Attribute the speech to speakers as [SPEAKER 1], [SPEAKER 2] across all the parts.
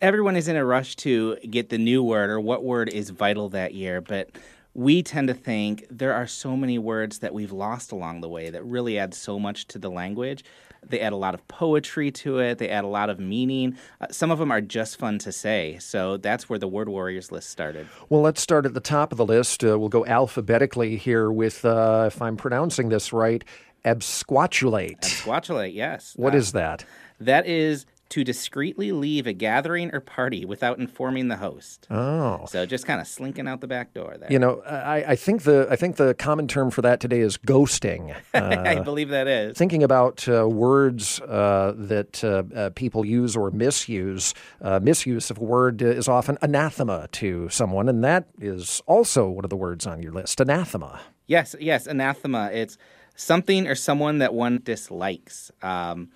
[SPEAKER 1] everyone is in a rush to get the new word or what word is vital that year, but we tend to think there are so many words that we've lost along the way that really add so much to the language. They add a lot of poetry to it, they add a lot of meaning. Uh, some of them are just fun to say. So that's where the Word Warriors list started.
[SPEAKER 2] Well, let's start at the top of the list. Uh, we'll go alphabetically here with, uh, if I'm pronouncing this right, absquatulate.
[SPEAKER 1] Absquatulate, yes.
[SPEAKER 2] What
[SPEAKER 1] Uh,
[SPEAKER 2] is that?
[SPEAKER 1] That is to discreetly leave a gathering or party without informing the host.
[SPEAKER 2] Oh.
[SPEAKER 1] So just kind of slinking out the back door there.
[SPEAKER 2] You know, I, I think the I think the common term for that today is ghosting. Uh,
[SPEAKER 1] I believe that is.
[SPEAKER 2] thinking about uh, words uh, that uh, uh, people use or misuse, uh, misuse of a word is often anathema to someone, and that is also one of the words on your list. Anathema.
[SPEAKER 1] Yes, yes, anathema. It's something or someone that one dislikes. Um,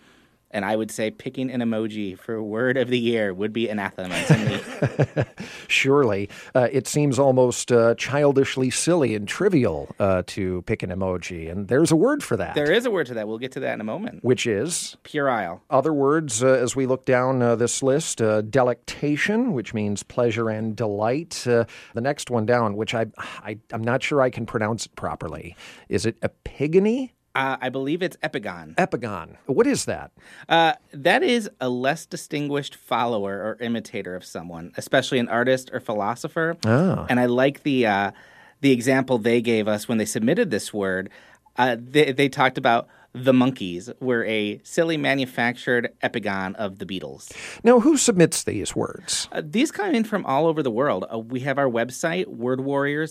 [SPEAKER 1] and I would say picking an emoji for word of the year would be anathema to me.
[SPEAKER 2] Surely, uh, it seems almost uh, childishly silly and trivial uh, to pick an emoji, and there's a word for that,
[SPEAKER 1] there is a word to that. We'll get to that in a moment.
[SPEAKER 2] which is
[SPEAKER 1] Puerile.
[SPEAKER 2] Other words, uh, as we look down uh, this list, uh, delectation, which means pleasure and delight. Uh, the next one down, which I, I, I'm not sure I can pronounce it properly. Is it epigony?
[SPEAKER 1] Uh, I believe it's epigon.
[SPEAKER 2] Epigon. What is that?
[SPEAKER 1] Uh, that is a less distinguished follower or imitator of someone, especially an artist or philosopher. And I like the uh, the example they gave us when they submitted this word. Uh, they, they talked about the monkeys were a silly manufactured epigon of the Beatles.
[SPEAKER 2] Now, who submits these words?
[SPEAKER 1] Uh, these come in from all over the world. Uh, we have our website,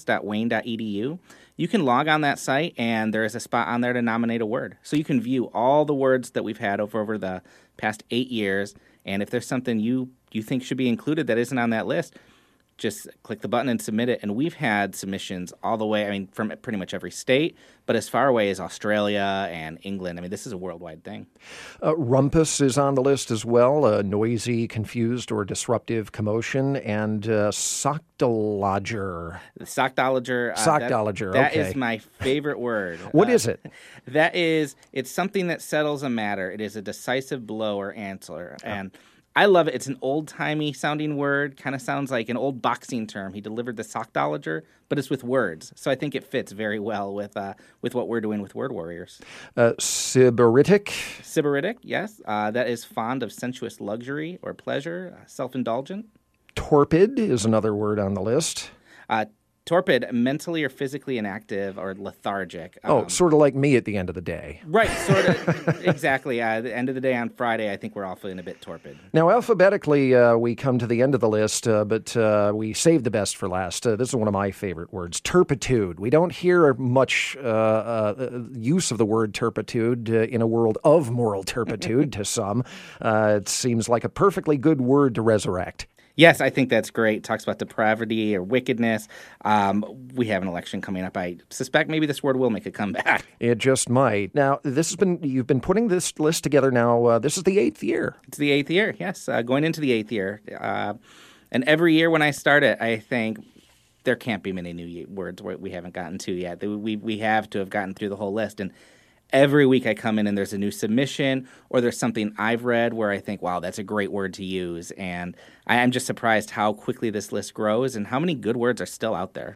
[SPEAKER 1] wordwarriors.wayne.edu. You can log on that site, and there is a spot on there to nominate a word. So you can view all the words that we've had over, over the past eight years. And if there's something you, you think should be included that isn't on that list, just click the button and submit it. And we've had submissions all the way, I mean, from pretty much every state, but as far away as Australia and England. I mean, this is a worldwide thing.
[SPEAKER 2] Uh, rumpus is on the list as well uh, noisy, confused, or disruptive commotion, and uh, soctologer.
[SPEAKER 1] The sockdologer. uh, that-
[SPEAKER 2] Sockdologer,
[SPEAKER 1] That
[SPEAKER 2] okay.
[SPEAKER 1] is my favorite word. Uh,
[SPEAKER 2] What
[SPEAKER 1] What
[SPEAKER 2] is
[SPEAKER 1] is
[SPEAKER 2] it?
[SPEAKER 1] That is, it's something that settles a matter. It is a decisive blow or answer. And I love it. It's an old timey sounding word, kind of sounds like an old boxing term. He delivered the sockdologer, but it's with words. So I think it fits very well with, uh, with what we're doing with Word Warriors.
[SPEAKER 2] Uh, sybaritic.
[SPEAKER 1] Sybaritic, yes. Uh, that is fond of sensuous luxury or pleasure, uh, self indulgent.
[SPEAKER 2] Torpid is another word on the list.
[SPEAKER 1] Uh, torpid, mentally or physically inactive or lethargic. Uh,
[SPEAKER 2] Oh, sort of like me at the end of the day.
[SPEAKER 1] Right, sort of. exactly. Uh, at the end of the day on Friday, I think we're all feeling a bit torpid.
[SPEAKER 2] Now, alphabetically, uh, we come to the end of the list, uh, but uh, we save the best for last. Uh, this is one of my favorite words turpitude. We don't hear much uh, uh, use of the word turpitude uh, in a world of moral turpitude to some. Uh, it seems like a perfectly good word to resurrect.
[SPEAKER 1] Yes, I think that's great. Talks about depravity or wickedness. Um, we have an election coming up. I suspect maybe this word will make a comeback.
[SPEAKER 2] It just might. Now, this has been, you've been putting this list together now. Uh, this is the eighth year.
[SPEAKER 1] It's the eighth year. Yes, uh, going into the eighth year. Uh, and every year when I start it, I think there can't be many new ye- words we we haven't gotten to yet. We- We we have to have gotten through the whole list. And every week I come in and there's a new submission or there's something I've read where I think, wow, that's a great word to use. And I am just surprised how quickly this list grows and how many good words are still out there.